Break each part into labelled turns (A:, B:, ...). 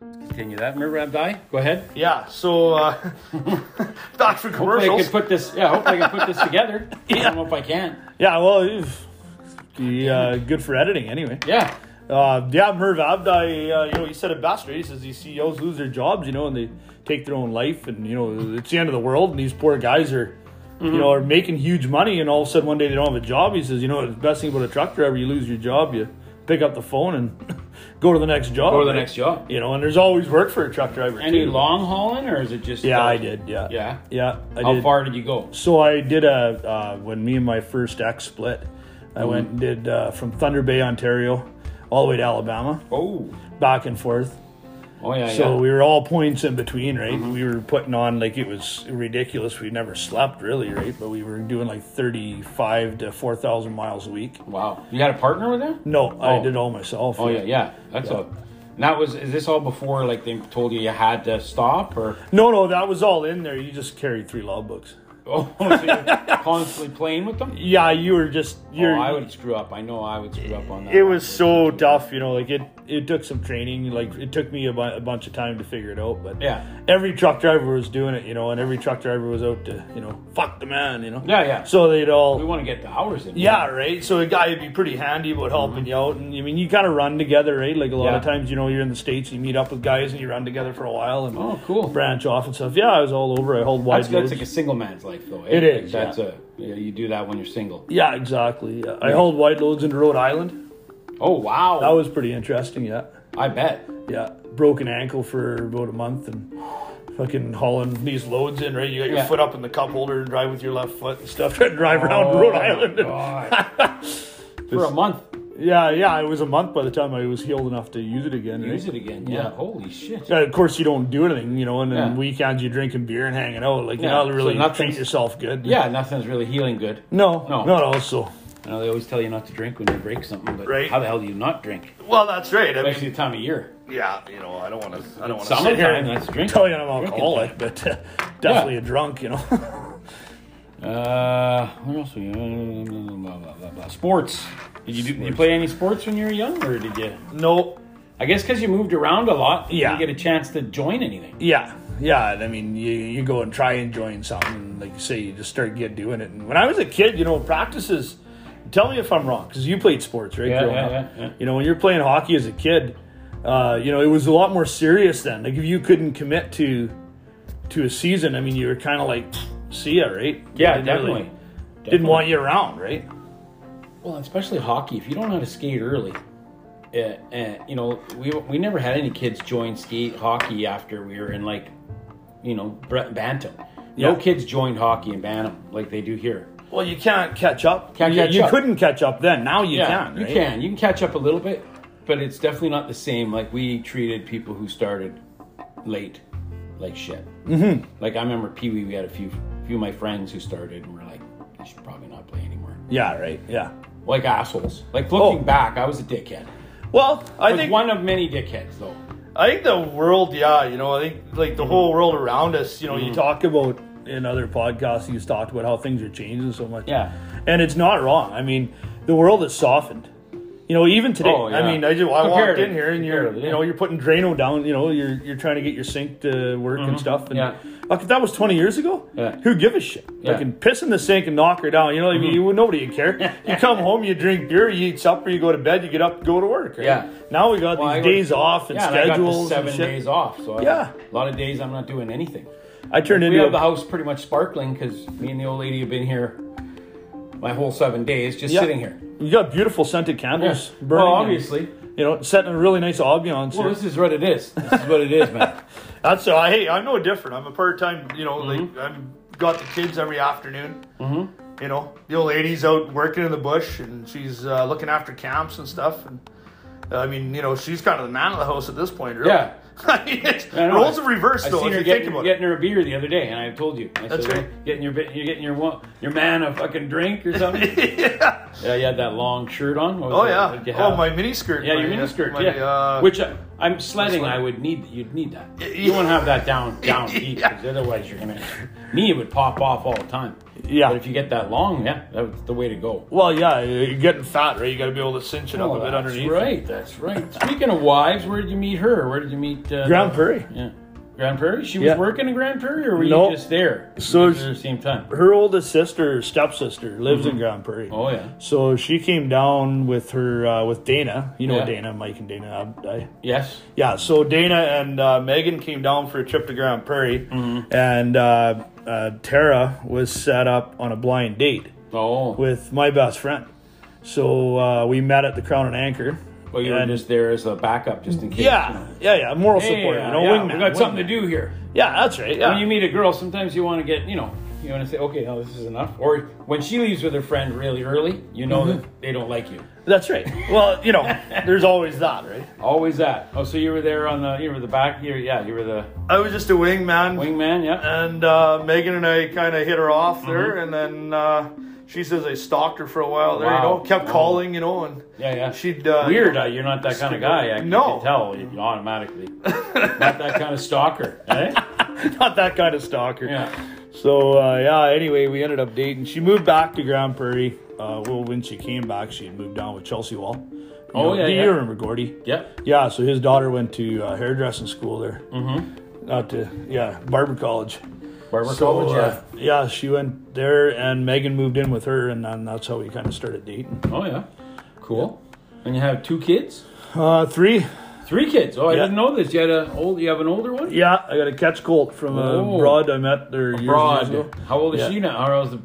A: Continue that. Remember Abdi? Go ahead.
B: Yeah, so uh, back for
A: Hopefully I
B: commercials.
A: can put this. Yeah, hopefully I can put this together. I don't know if I can.
B: yeah, well, it's be uh, good for editing anyway.
A: Yeah.
B: Uh, yeah, Merv Abdi, uh, you know, he said it best, right? He says these CEOs lose their jobs, you know, and they take their own life, and you know, it's the end of the world, and these poor guys are, you
A: Mm-hmm.
B: know, are making huge money, and all of a sudden one day they don't have a job. He says, you know, the best thing about a truck driver, you lose your job, you pick up the phone and go to the next job.
A: Go to the
B: right?
A: next job.
B: You know, and there's always work for a truck driver.
A: Any
B: too.
A: long hauling or is it just?
B: Yeah, I did. Yeah.
A: Yeah.
B: Yeah. I
A: How
B: did.
A: far did you go?
B: So I did a uh, when me and my first ex split. I
A: Mm-hmm.
B: went and did uh, from Thunder Bay, Ontario, all the way to Alabama,
A: Oh.
B: back and forth.
A: Oh yeah.
B: So
A: yeah. Mm-hmm.
B: we were all points in between, right? We were putting on like it was ridiculous. We never slept really, right? But we were doing like thirty-five to four thousand miles a week.
A: Wow. You got a partner with them?
B: No, I
A: Oh.
B: did all myself.
A: Oh yeah, yeah. That's all. And that was. Is this all before like they told you you had to stop or?
B: No, no, that was all in there. You just carried three law books.
A: Oh, so you're constantly playing with them.
B: Yeah, you were just
A: Oh,
B: you're.
A: I would screw up. I know I would screw up on that.
B: it was so tough, you know. Like it, it took some training. Like it took me a, bu- a bunch of time to figure it out. But
A: Yeah.
B: every truck driver was doing it, you know, and every truck driver was out to, you know, fuck the man, you know.
A: Yeah, yeah.
B: So they'd all.
A: We want to get the hours in.
B: Yeah, right. So a guy would be pretty handy about helping you out, and I mean, you kind of run together, right? Like a lot of
A: Mm-hmm. Yeah.
B: times, you know, you're in the states, you meet up with guys, and you run together for a while, and
A: Oh, cool.
B: branch off and stuff. Yeah, I was all over. I hauled wide
A: That's, that's
B: loads.
A: like a single man's life, though. eh?
B: It is,
A: Like, that's a yeah, you do that when you're single.
B: yeah, exactly. Yeah. I hauled wide loads into Rhode Island.
A: Oh wow!
B: That was pretty interesting. Yeah,
A: I bet.
B: yeah. Broken ankle for about a month and. Fucking hauling these loads in, right? You got your
A: Yeah.
B: foot up in the cup holder and drive with your left foot and stuff. Try to drive around
A: Oh,
B: Rhode
A: my
B: Island. and-
A: God. For a month,
B: yeah, yeah. It was a month by the time I was healed enough to use it again.
A: use
B: right?
A: it again. Yeah. Holy shit.
B: Uh, of course, you don't do anything, you know, and then
A: Yeah.
B: weekends you're drinking beer and hanging out. Like, you're
A: Yeah,
B: not
A: so
B: really
A: nothing's-
B: treating yourself good.
A: Yeah, nothing's really healing good.
B: No,
A: No.
B: no, not also.
A: I know they always tell you not to drink when you break something, but
B: Right.
A: how the hell do you not drink?
B: Well, that's right. I
A: Especially the time of year.
B: yeah, you know, I don't want to. I don't want
A: Summertime, that's drinking.
B: Tell you I'm
A: Drinking
B: alcoholic, but uh, definitely a drunk, you know.
A: Uh, what else? We, blah, blah, blah, blah. Sports. Did you do, you play any sports when you were young, or did you?
B: no,
A: I guess because you moved around a lot, you
B: Yeah.
A: didn't get a chance to join anything.
B: yeah, yeah. and I mean, you, you go and try and join something, and like you say, you just start get doing it. And when I was a kid, you know, practices. Tell me if I'm wrong, because you played sports, right?
A: Yeah,
B: growing
A: yeah,
B: up?
A: yeah, yeah.
B: You know, when you're playing hockey as a kid, uh, you know, it was a lot more serious then. Like if you couldn't commit to to a season, I mean, you were kind of like, see ya, right?
A: Yeah,
B: Didn't really-
A: definitely.
B: Didn't want you around, right?
A: Well, especially hockey. If you don't know how to skate early, uh, uh, you know, we, we never had any kids join skate hockey after we were in like, you know, Bre- Bantam. No
B: Yeah.
A: kids joined hockey in Bantam like they do here.
B: Well, you can't catch up.
A: Can't
B: you,
A: catch
B: you
A: up.
B: couldn't catch up then. Now you
A: yeah,
B: can.
A: you
B: right?
A: can. You can catch up a little bit, but it's definitely not the same. Like we treated people who started late like shit. Mm-hmm. Like I remember Pee Wee. We had a few few of my friends who started and were like, "You should probably not play anymore."
B: Yeah. Right. Yeah.
A: Like assholes. Like looking
B: Oh.
A: back, I was a dickhead.
B: Well, I
A: was
B: think
A: one of many dickheads though.
B: I think the world, yeah, you know, I think like the whole world around us, you know,
A: Mm-hmm.
B: you talk about in other podcasts, you talked about how things are changing so much.
A: Yeah.
B: And it's not wrong. I mean, the world has softened. You know, even today.
A: Oh, yeah.
B: I mean, I just I walked
A: Comparative-
B: in here and you're
A: comparative,
B: you know
A: yeah.
B: you're putting Drano down. You know, you're you're trying to get your sink to work and stuff. And
A: Mm-hmm. Yeah.
B: like if that was 20 years ago,
A: Yeah.
B: who give a shit?
A: Yeah. Mm-hmm.
B: Like and piss in the sink and knock her down. You know, like, you nobody would care. you come home, you drink beer, you eat supper, you go to bed, you get up, go to work. Right?
A: Yeah.
B: Now we got
A: Well, I
B: these
A: would-
B: days off and
A: Yeah, and I got the
B: schedules.
A: seven
B: and shit.
A: days off, so I-
B: Yeah.
A: a lot of days I'm not doing anything.
B: I turned
A: We
B: into
A: have the
B: a,
A: house pretty much sparkling because me and the old lady have been here my whole seven days, just
B: Yeah.
A: sitting here.
B: you got beautiful scented candles burning.
A: Well,
B: and,
A: obviously.
B: you know, setting a really nice ambiance.
A: Well,
B: here.
A: this is what it is. This is what it is, man.
B: That's uh, hey, I'm no different. I'm a part time. You know, like I'm got the kids every afternoon. Mm-hmm. You know, the old lady's out working in the bush, and she's uh, looking after camps and stuff. And uh, I mean, you know, she's kind of the man of the house at this point, really.
A: Yeah.
B: I mean, it's,
A: I know.
B: roles have reversed
A: I
B: though.
A: seen
B: If
A: her
B: you
A: getting,
B: think about it.
A: getting her a beer the other day, and I told you. I
B: That's
A: said,
B: right.
A: "Well, Getting your bit- you're getting your wo- your man a fucking drink or something.
B: yeah.
A: yeah, you had that long shirt on. What was
B: Oh
A: it?
B: yeah.
A: What'd you
B: Oh
A: have?
B: my miniskirt.
A: Yeah,
B: my,
A: your
B: uh,
A: miniskirt.
B: my,
A: yeah,
B: Uh,
A: which I, I'm sledding.
B: sledding.
A: I would need. You'd need that.
B: Y-
A: You
B: y-
A: won't have that down down deep. 'cause Otherwise, you're gonna. Me, it would pop off all the time.
B: Yeah.
A: But if you get that long, yeah, that's the way to go.
B: Well, yeah, you're getting fat, right? You got to be able to cinch it up a bit
A: Oh, that's
B: underneath.
A: right. That's right. Speaking of wives, where did you meet her? Where did you meet? Uh,
B: Grand Prairie.
A: Yeah. Grand Prairie. She
B: Yeah.
A: was working in Grand Prairie, or were
B: No.
A: you just there? You
B: So
A: guys
B: she-
A: were at the same time.
B: Her oldest sister, stepsister, lives in Grand Prairie.
A: Oh yeah.
B: So she came down with her uh, with Dana. You know
A: Yeah.
B: Dana, Mike, and Dana. Abdi.
A: Yes.
B: Yeah. So Dana and uh, Megan came down for a trip to Grand Prairie,
A: Mm-hmm.
B: and uh, uh, Tara was set up on a blind date
A: Oh.
B: with my best friend. So uh, we met at the Crown and Anchor.
A: Well, you were
B: and-
A: just there as a backup, just in case.
B: Yeah, yeah, yeah. Moral
A: Hey,
B: support.
A: uh,
B: You know,
A: yeah,
B: wingman.
A: we got something
B: wingman.
A: to do here.
B: Yeah, that's right. Yeah.
A: When you meet a girl, sometimes you want to get, you know, you want to say, okay, now this is enough. Or when she leaves with her friend really early, you know
B: Mm-hmm.
A: that they don't like you.
B: That's right. Well, you know, there's always that, right?
A: Always that. Oh, so you were there on the, you were the back, you were, yeah, you were the
B: I was just a wingman,
A: wingman, yeah.
B: and uh, Megan and I kind of hit her off
A: Mm-hmm.
B: there, and then uh, she says I stalked her for a while there. You
A: Wow.
B: know, kept
A: Wow.
B: calling, you know, and
A: Yeah, yeah.
B: she'd uh,
A: Weird, uh, you're not that kind of guy. I
B: No.
A: can tell you automatically. not that kind of stalker, eh?
B: not that kind of stalker.
A: Yeah.
B: So uh, yeah. Anyway, we ended up dating. She moved back to Grand Prairie. Uh, well, when she came back, she had moved down with Chelsea Wall. You
A: Oh,
B: know,
A: yeah,
B: do
A: yeah.
B: you remember Gordy?
A: Yep.
B: Yeah, so his daughter went to uh, hairdressing school there. Mm-hmm. Not to yeah, barber college.
A: Barber
B: So,
A: College,
B: uh, yeah, she went there, and Megan moved in with her, and then that's how we kind of started dating.
A: yeah. Oh, yeah. Cool. And you have two kids?
B: Uh, three.
A: Three kids. Oh, I
B: Yeah.
A: didn't know this. You had an old, you have an older one?
B: Yeah, I got a catch colt from a
A: Oh.
B: broad I met there years, years ago.
A: Broad. How old is
B: Yeah.
A: she now? How old is the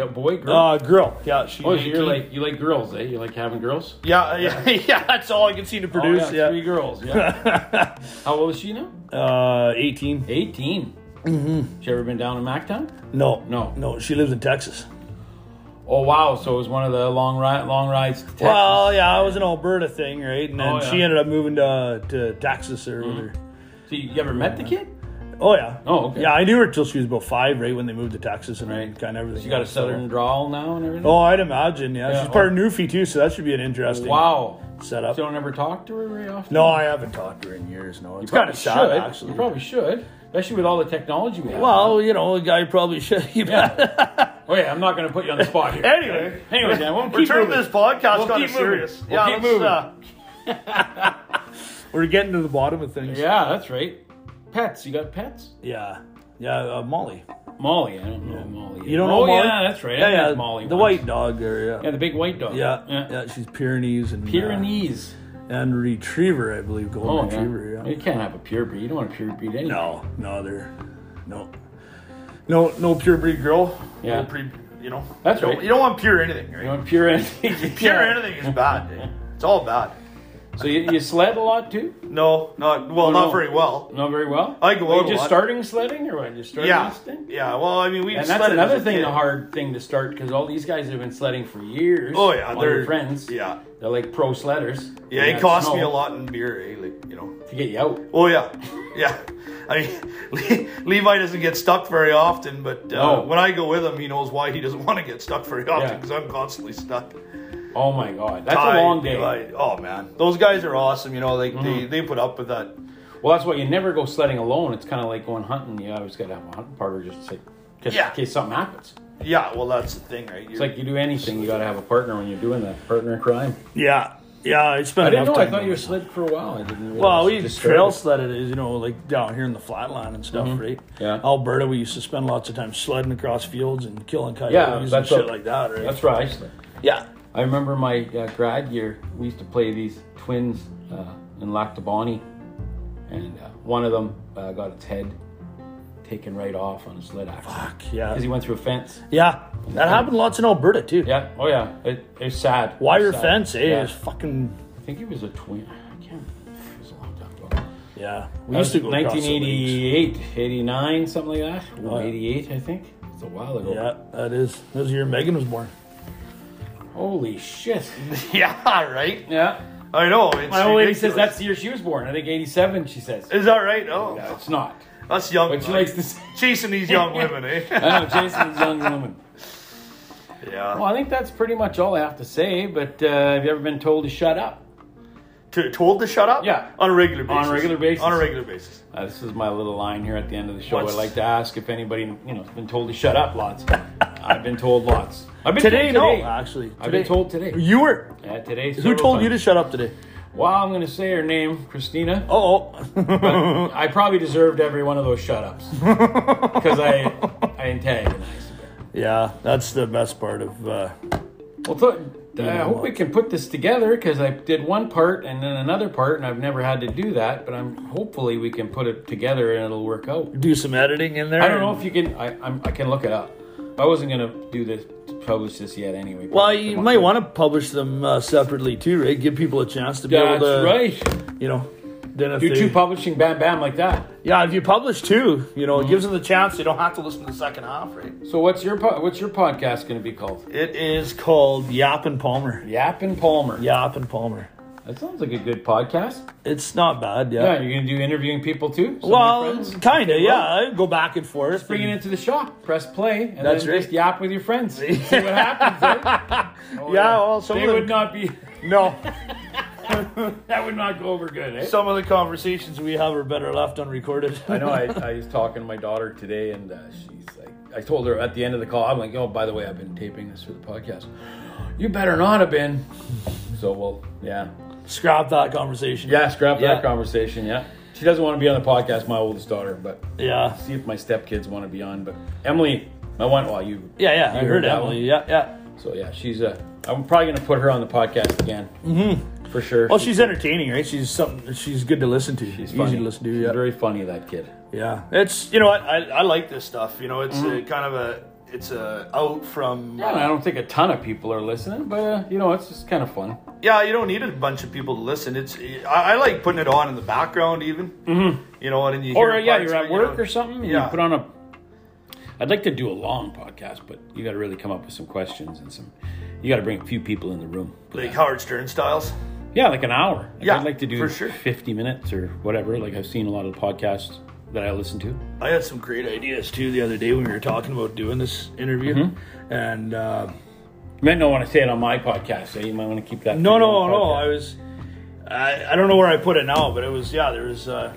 A: uh, boy, girl?
B: Uh, girl. Yeah, she.
A: Oh, so you're like you like girls, eh? You like having girls?
B: Yeah, yeah, yeah. That's all I can seem to
A: Oh,
B: produce.
A: yeah,
B: Oh, yeah.
A: three girls. Yeah. How old is she now?
B: Uh, eighteen.
A: 18 Mm-hmm. She ever been down in MacTown?
B: No,
A: No.
B: no. She lives in Texas.
A: Oh wow! So it was one of the long ride, long rides to Texas.
B: Well, yeah, I was an Alberta thing, right? And then
A: Oh, yeah.
B: she ended up moving to to Texas or whatever.
A: so you, you ever met the kid?
B: Oh yeah.
A: Oh, okay.
B: Yeah, I knew her till she was about five, right? When they moved to Texas and
A: Right.
B: kind of everything.
A: She got a
B: else, so-
A: southern drawl now and everything.
B: Oh, I'd imagine. Yeah,
A: Yeah,
B: she's part of Newfie too, so that should be an interesting
A: wow!
B: setup.
A: So you don't ever talk to her very often.
B: No, I haven't talked to her in years. No, it's kind of sad
A: should.
B: actually.
A: You probably should, especially with all the technology we have.
B: well, you know, a guy probably should.
A: Yeah. Oh yeah, I'm not going to put you on the spot here.
B: Anyway,
A: Anyway, Dan, we'll
B: we're
A: keep
B: turning
A: moving.
B: this podcast
A: We'll
B: kind of
A: keep moving.
B: serious.
A: We'll
B: yeah,
A: keep moving.
B: let's, uh, we're getting to the bottom of things.
A: Yeah, that's right. Pets. You got pets?
B: yeah, yeah. Uh, Molly,
A: Molly. I don't know Molly.
B: you don't
A: oh,
B: know Molly?
A: yeah, that's right. I
B: Yeah,
A: met
B: yeah.
A: Molly.
B: the
A: once.
B: white dog there.
A: Yeah,
B: Yeah.
A: the big white dog.
B: Yeah, yeah, she's Pyrenees and uh,
A: Pyrenees.
B: and retriever, I believe, golden
A: Oh,
B: retriever.
A: yeah. You can't have a purebred. You don't want a purebred anyway.
B: No, no, they're no, no, no pure breed girl.
A: Yeah.
B: No pre, you know.
A: That's
B: you don't-
A: right.
B: You don't want pure anything, right?
A: You want pure anything.
B: Pure
A: Yeah.
B: anything is bad. dude. It's all bad.
A: So you, you sled a lot too?
B: No, not well, not
A: no.
B: very well.
A: Not very well.
B: I go
A: Were you
B: out a
A: just
B: lot.
A: starting sledding, or what? Just starting
B: Yeah,
A: this thing?
B: yeah. Well, I mean, we
A: And that's
B: sledded as
A: another
B: a
A: thing,
B: kid.
A: the hard thing to start because all these guys have been sledding for years.
B: Oh yeah,
A: all
B: they're
A: your friends.
B: Yeah,
A: they're like pro sledders.
B: yeah.
A: They
B: it
A: got
B: cost me
A: snow
B: a lot in beer, eh? Like, you know.
A: to get you out.
B: Oh yeah, yeah. I mean, Le- Levi doesn't get stuck very often, but uh,
A: No.
B: when I go with him, he knows why he doesn't want to get stuck very often
A: Yeah.
B: because I'm constantly stuck.
A: Oh my god, that's
B: I-
A: a long Mm-hmm. day.
B: I- oh man, those guys are awesome. You know, like they they put up with that.
A: Well, that's why you never go sledding alone. It's kind of like going hunting. You always got to have a hunting partner just to, just
B: Yeah.
A: in case something happens.
B: Yeah, well, that's the thing, right?
A: It's like you do anything, you got to have a partner when you're doing that partner in crime.
B: yeah, yeah. I spent
A: I didn't know. I thought you were sled for a while. I didn't. Realize
B: Well, we
A: you just
B: trail
A: started.
B: sledded, as you know, like down here in the flatland and stuff, right?
A: Mm-hmm. Yeah.
B: Alberta, we used to spend lots of time sledding across fields and killing coyotes
A: Yeah,
B: and
A: that's
B: shit
A: what-
B: like that, right?
A: That's right. I sled.
B: yeah.
A: I remember my uh, grad year, we used to play these twins uh, in Lactabani, and uh, one of them uh, got its head taken right off on a sled accident
B: Fuck, yeah.
A: because he went through a fence.
B: Yeah. That happened lots in Alberta, too.
A: Yeah. Oh yeah. It, it's sad.
B: Wire
A: It's sad.
B: fence, eh?
A: Yeah.
B: Is fucking.
A: I think he was a twin. I can't. It was a long time ago.
B: Yeah. We used to go across the leagues.
A: 1988, 89, something like that.
B: Wow.
A: 88, I think. It's a while ago.
B: Yeah, that is. That was the year Megan was born.
A: Holy shit.
B: yeah, right?
A: Yeah.
B: I know. It's
A: My old lady says that's the year she was born. I think 87, she says.
B: Is that right? Oh,
A: No, it's not.
B: us young.
A: But she
B: like,
A: likes to say.
B: chasing these young women, eh?
A: I know, Jason's young woman.
B: yeah.
A: Well, I think that's pretty much all I have to say, but uh, have you ever been told to shut up?
B: to, told to shut up?
A: Yeah.
B: On a regular
A: On
B: basis.
A: a regular basis.
B: On a regular basis.
A: Uh, this is my little line here at the end of the show.
B: What's-
A: I'd like to ask if anybody, you know, has been told to shut up lots. I've been told lots. I've been
B: Today,
A: told
B: no, actually. Today.
A: I've been told today.
B: You were.
A: Yeah, today.
B: Who
A: several
B: told you to
A: times.
B: shut up today?
A: Well, I'm going to say her name, Christina.
B: Oh,
A: But I probably deserved every one of those shut ups because I I antagonized. a bit.
B: yeah. That's the best part of. Uh,
A: Well, th- uh, I hope we can put this together because I did one part and then another part, and I've never had to do that. But I'm hopefully we can put it together and it'll work out.
B: do some editing in there.
A: I don't know
B: and-
A: if you can. I I'm, I can look it up. I wasn't gonna do this publish this yet anyway.
B: Well, you might want to publish them uh, separately too, right? Give people a chance to be
A: That's
B: able to,
A: right.
B: you know. Then if
A: Do
B: they,
A: two publishing, bam, bam, like that.
B: yeah, if you publish two, you
A: Mm-hmm.
B: know, it gives them the chance. They don't have to listen to the second half, right?
A: So what's your po- what's your podcast gonna be called?
B: It is called Yap and Palmer.
A: Yap and Palmer.
B: Yap and Palmer.
A: That sounds like a good podcast.
B: It's not bad, yeah.
A: Yeah, you're gonna do interviewing people too. Some of your
B: well,
A: friends?
B: kind of, yeah. I go back and forth.
A: bring it
B: and-
A: into the shop, press play, and
B: That's
A: then
B: right.
A: just yap with your friends. See what happens. eh? Oh,
B: Yeah, well, some
A: they
B: of them-
A: would not be.
B: No,
A: That would not go over good. Eh?
B: some of the conversations we have are better left unrecorded.
A: I know. I, I was talking to my daughter today, and uh, she's like, I told her at the end of the call, I'm like, oh, by the way, I've been taping this for the podcast. You better not have been. So, well, yeah,
B: Scrap that conversation.
A: yeah, scrap
B: Yeah.
A: that conversation. Yeah, she doesn't want to be on the podcast, my oldest daughter, but
B: yeah,
A: see if my stepkids want to be on. But Emily, my one, well, you,
B: yeah. yeah, I
A: You
B: heard
A: heard that
B: Emily.
A: one.
B: Yeah, yeah.
A: So yeah, she's Uh, I'm probably gonna put her on the podcast again mm-hmm. for sure.
B: Well, she's entertaining, right? She's something. She's good to listen to.
A: She's
B: easy to listen to.
A: She's
B: Yeah.
A: very funny that kid.
B: Yeah, it's you know what I, I like this stuff. You know, it's a, kind of a it's a out from
A: Mm-hmm. Yeah, and I don't think a ton of people are listening, but uh, you know, it's just kind of fun.
B: yeah. You don't need a bunch of people to listen. It's I, I like putting it on in the background even. Mm-hmm. You know, and then you
A: Or
B: hear
A: uh, yeah,
B: parts
A: you're
B: of
A: at
B: it, you
A: work
B: know.
A: or something. and
B: Yeah.
A: You put on a. I'd like to do a long podcast, but you got to really come up with some questions and some. You got to bring a few people in the room. for
B: like
A: that.
B: Howard Stern styles.
A: yeah, like an hour. Like,
B: Yeah,
A: I'd like to do
B: for sure.
A: 50 minutes or whatever. Like I've seen a lot of podcasts that I listen to.
B: I had some great ideas too the other day when we were talking about doing this interview, and uh,
A: You might not want to say it on my podcast, so you might want to keep that.
B: no,
A: for your
B: no,
A: own
B: no.
A: podcast.
B: I was I, I don't know where I put it now, but it was yeah. There was uh,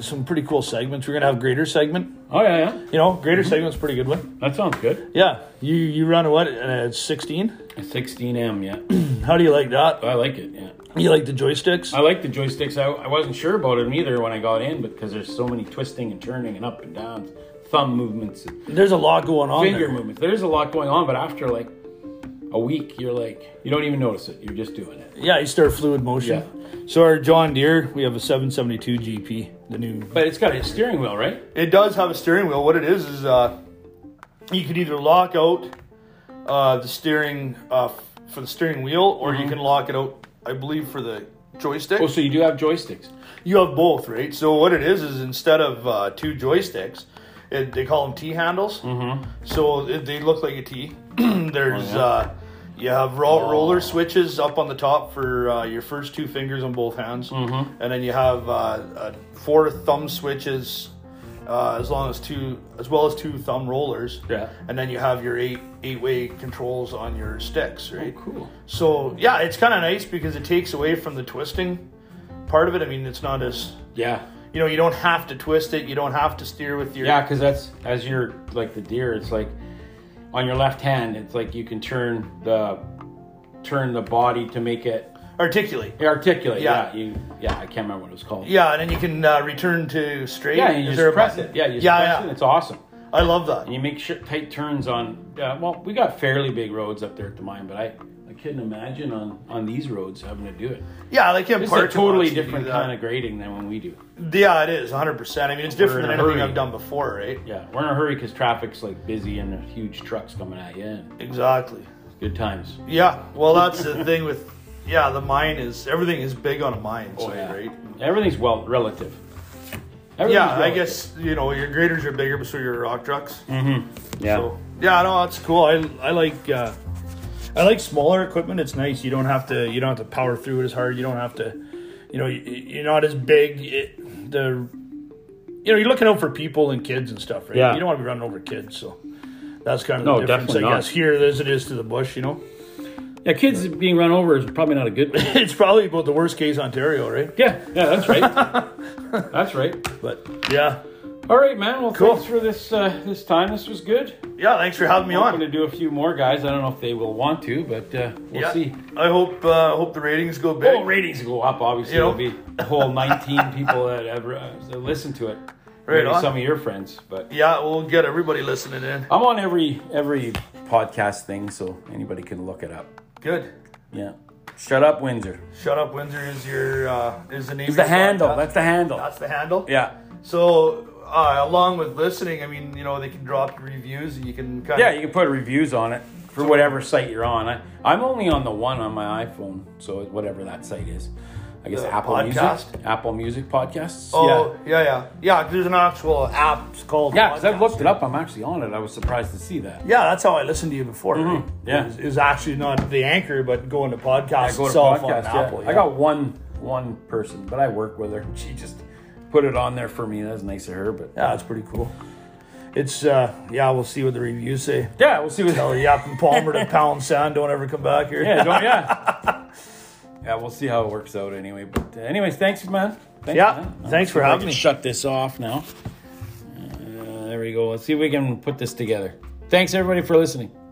B: some pretty cool segments. We're gonna have greater segment.
A: Oh yeah, yeah.
B: You know, greater segment's a pretty good one.
A: That sounds good.
B: Yeah, you you run what uh, sixteen?
A: 16M, yeah.
B: How do you like that?
A: I like it, yeah.
B: You like the joysticks?
A: I like the joysticks. I, I wasn't sure about them either when I got in because there's so many twisting and turning and up and downs, thumb movements, and
B: There's a lot going on.
A: finger
B: there.
A: movements. There's a lot going on, but after like a week, you're like, you don't even notice it. You're just doing it.
B: Yeah, you start fluid motion. So our John Deere, we have a 772 GP, the new.
A: But it's got a steering wheel, right?
B: It does have a steering wheel. What it is is uh, you can either lock out uh, the steering uh, f- for the steering wheel, or you can lock it out. I believe for the joystick.
A: Oh, so you do have joysticks.
B: You have both, right? So what it is is instead of uh, two joysticks, it, they call them T handles. Mm-hmm. So it, they look like a T. There's
A: yeah.
B: uh, you have ro- roller switches up on the top for uh, your first two fingers on both hands, mm-hmm. and then you have uh, uh, four thumb switches. Uh, as long as two, as well as two thumb rollers,
A: Yeah.
B: and then you have your eight eight way controls on your sticks, right?
A: cool.
B: So yeah, it's kind of nice because it takes away from the twisting part of it. I mean, it's not as
A: Yeah.
B: you know you don't have to twist it. You don't have to steer with your
A: Yeah, because that's as you're like the deer. It's like on your left hand. It's like you can turn the turn the body to make it
B: articulate.
A: articulate.
B: Yeah.
A: Yeah, you. Yeah, I can't remember what it was called.
B: Yeah, and then you can uh, return to straight.
A: Yeah, and
B: Is
A: you
B: there a
A: just press
B: button?
A: it. Yeah, you just
B: yeah,
A: press
B: yeah.
A: it. It's awesome.
B: I love that.
A: And you make sure tight turns on. Uh, well, we got fairly big roads up there at the mine, but I, I couldn't imagine on on these roads having to do it.
B: Yeah, like in
A: It's a
B: parking
A: totally
B: lots, you do
A: different
B: that.
A: kind of grading than when we do.
B: Yeah, it is 100. percent I mean, it's different
A: in
B: than
A: a
B: anything
A: hurry.
B: I've done before, right?
A: Yeah, we're in a hurry because traffic's like busy and there's huge trucks coming at you. And
B: Exactly.
A: good times.
B: Yeah. Well, that's the thing with yeah the mine is everything is big on a mine, so,
A: Oh, yeah.
B: right?
A: Everything's well relative. Everything's
B: Yeah, I
A: relative.
B: guess you know your graders are bigger, but so your rock trucks.
A: Yeah.
B: So, yeah, no, that's cool. I, I like uh, I like smaller equipment. It's nice. You don't have to you don't have to power through it as hard. You don't have to, you know, you, you're not as big. It, the you know you're looking out for people and kids and stuff, right?
A: Yeah.
B: You don't want to be running over kids, so that's kind of
A: No,
B: the difference, I
A: definitely not.
B: guess. Here as it is to the bush, you know.
A: Yeah, kids being run over is probably not a good thing.
B: It's probably about the worst case Ontario, right?
A: Yeah, yeah, that's right. that's right.
B: But yeah,
A: All right, man. Well,
B: Cool.
A: thanks for this uh, this time. This was good.
B: yeah. Thanks for having me
A: I'm going
B: on.
A: to do a few more guys. I don't know if they will want to, but uh, we'll
B: yeah.
A: see.
B: I hope uh, hope the ratings go big.
A: Oh, ratings go up. Obviously,
B: You know.
A: there'll be a whole 19 people that ever uh, that listen to it.
B: Right
A: Maybe
B: on.
A: some of your friends, but
B: yeah, we'll get everybody listening in.
A: I'm on every every podcast thing, so anybody can look it up.
B: Good.
A: Yeah. Shut up, Windsor.
B: Shut up, Windsor is your uh, is the name.
A: It's the handle. That's the handle.
B: That's the handle.
A: yeah.
B: So uh, along with listening, I mean, you know, they can drop reviews. and You can kind
A: Yeah,
B: of
A: you can put reviews on it for whatever site you're on. I, I'm only on the one on my iPhone, so whatever that site is. I guess
B: The
A: Apple Music.
B: podcast?
A: Apple Music podcasts.
B: Oh yeah, yeah, yeah. yeah 'cause there's an actual app. It's called.
A: yeah. Yeah, because
B: Podcast.
A: I've looked it up. I'm actually on it. I was surprised to see that.
B: Yeah, that's how I listened to you before. Right?
A: Mm-hmm. yeah.
B: it was, it was actually not the anchor, but going to
A: I
B: podcast
A: go to
B: itself
A: podcast.
B: on Apple.
A: I got one one person, but I work with her. She just put it on there for me. That's nice of her. But
B: yeah, that's pretty cool. It's uh, yeah, we'll see what the reviews say.
A: yeah, we'll see what.
B: Oh, Yap and Palmer to Pound Sound. Don't ever come back here.
A: Yeah, don't, yeah. yeah, we'll see how it works out anyway. But uh, anyways, thanks, man. Thanks,
B: Yeah,
A: man. I'll
B: thanks
A: see
B: for
A: if I
B: having
A: can
B: me.
A: Shut this off now. Uh, there we go. Let's see if we can put this together. Thanks everybody for listening.